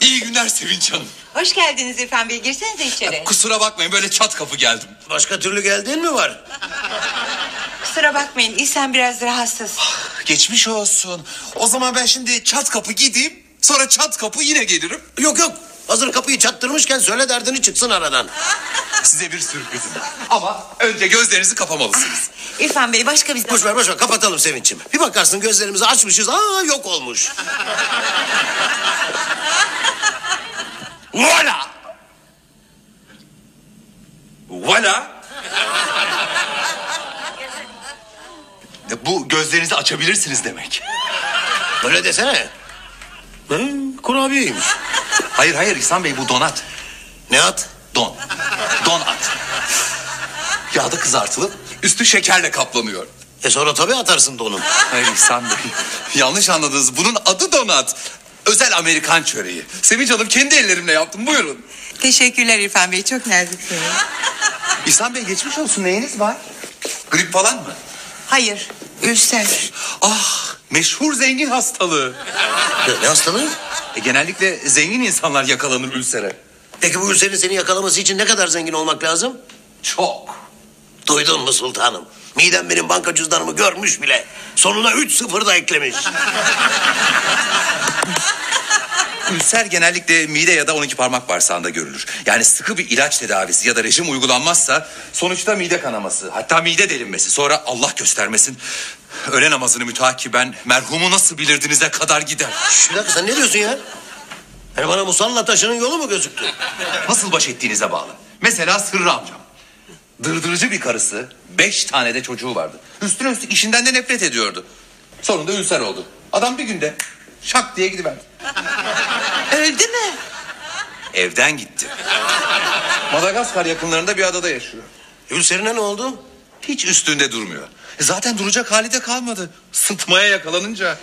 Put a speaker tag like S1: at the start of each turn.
S1: İyi günler Sevinç Hanım.
S2: Hoş geldiniz İrfan Bey. Girsenize içeri.
S1: Kusura bakmayın böyle çat kapı geldim.
S3: Başka türlü geldiğin mi var?
S2: Kusura bakmayın. İhsan biraz rahatsız.
S1: Geçmiş olsun. O zaman ben şimdi çat kapı gideyim. Sonra çat kapı yine gelirim.
S3: Yok yok. Hazır kapıyı çattırmışken söyle derdini çıksın aradan.
S1: Size bir sürprizim. var. Ama önce gözlerinizi kapamalısınız.
S2: İrfan Bey başka bir
S3: Boş ver boş ver kapatalım Sevinç'im. Bir bakarsın gözlerimizi açmışız aa yok olmuş. Voila!
S1: Valla. Bu gözlerinizi açabilirsiniz demek.
S3: Böyle desene. Hı, kurabiyeymiş.
S1: Hayır hayır İhsan Bey bu donat.
S3: Ne at?
S1: Don. Don at. Yağda kızartılıp üstü şekerle kaplanıyor.
S3: E sonra tabii atarsın donun.
S1: Hayır İhsan Bey. Yanlış anladınız. Bunun adı donat. Özel Amerikan çöreği. Sevinç Hanım kendi ellerimle yaptım. Buyurun.
S2: Teşekkürler İrfan Bey. Çok naziksiniz.
S1: İhsan Bey geçmiş olsun. Neyiniz var? Grip falan mı?
S2: Hayır. Ülser.
S1: Ah meşhur zengin hastalığı.
S3: Ne, ne hastalığı?
S1: E, genellikle zengin insanlar yakalanır ülsere.
S3: Peki bu Hüseyin'in seni yakalaması için ne kadar zengin olmak lazım?
S1: Çok.
S3: Duydun mu sultanım? Midem benim banka cüzdanımı görmüş bile. Sonuna üç sıfır da eklemiş.
S1: Ülser genellikle mide ya da 12 parmak bağırsağında görülür. Yani sıkı bir ilaç tedavisi ya da rejim uygulanmazsa sonuçta mide kanaması, hatta mide delinmesi, sonra Allah göstermesin öğle namazını mütakiben merhumu nasıl bilirdinize kadar gider.
S3: Şş, Bir dakika sen ne diyorsun ya? Yani bana musalla taşının yolu mu gözüktü?
S1: Nasıl baş ettiğinize bağlı. Mesela Sırrı amcam. Dırdırıcı bir karısı, beş tane de çocuğu vardı. Üstüne üstlük işinden de nefret ediyordu. Sonunda ülser oldu. Adam bir günde şak diye gidiverdi.
S2: Öldü mü?
S1: Evden gitti. Madagaskar yakınlarında bir adada yaşıyor.
S3: Hülserine ne oldu?
S1: Hiç üstünde durmuyor. E Zaten duracak hali de kalmadı. Sıtmaya yakalanınca.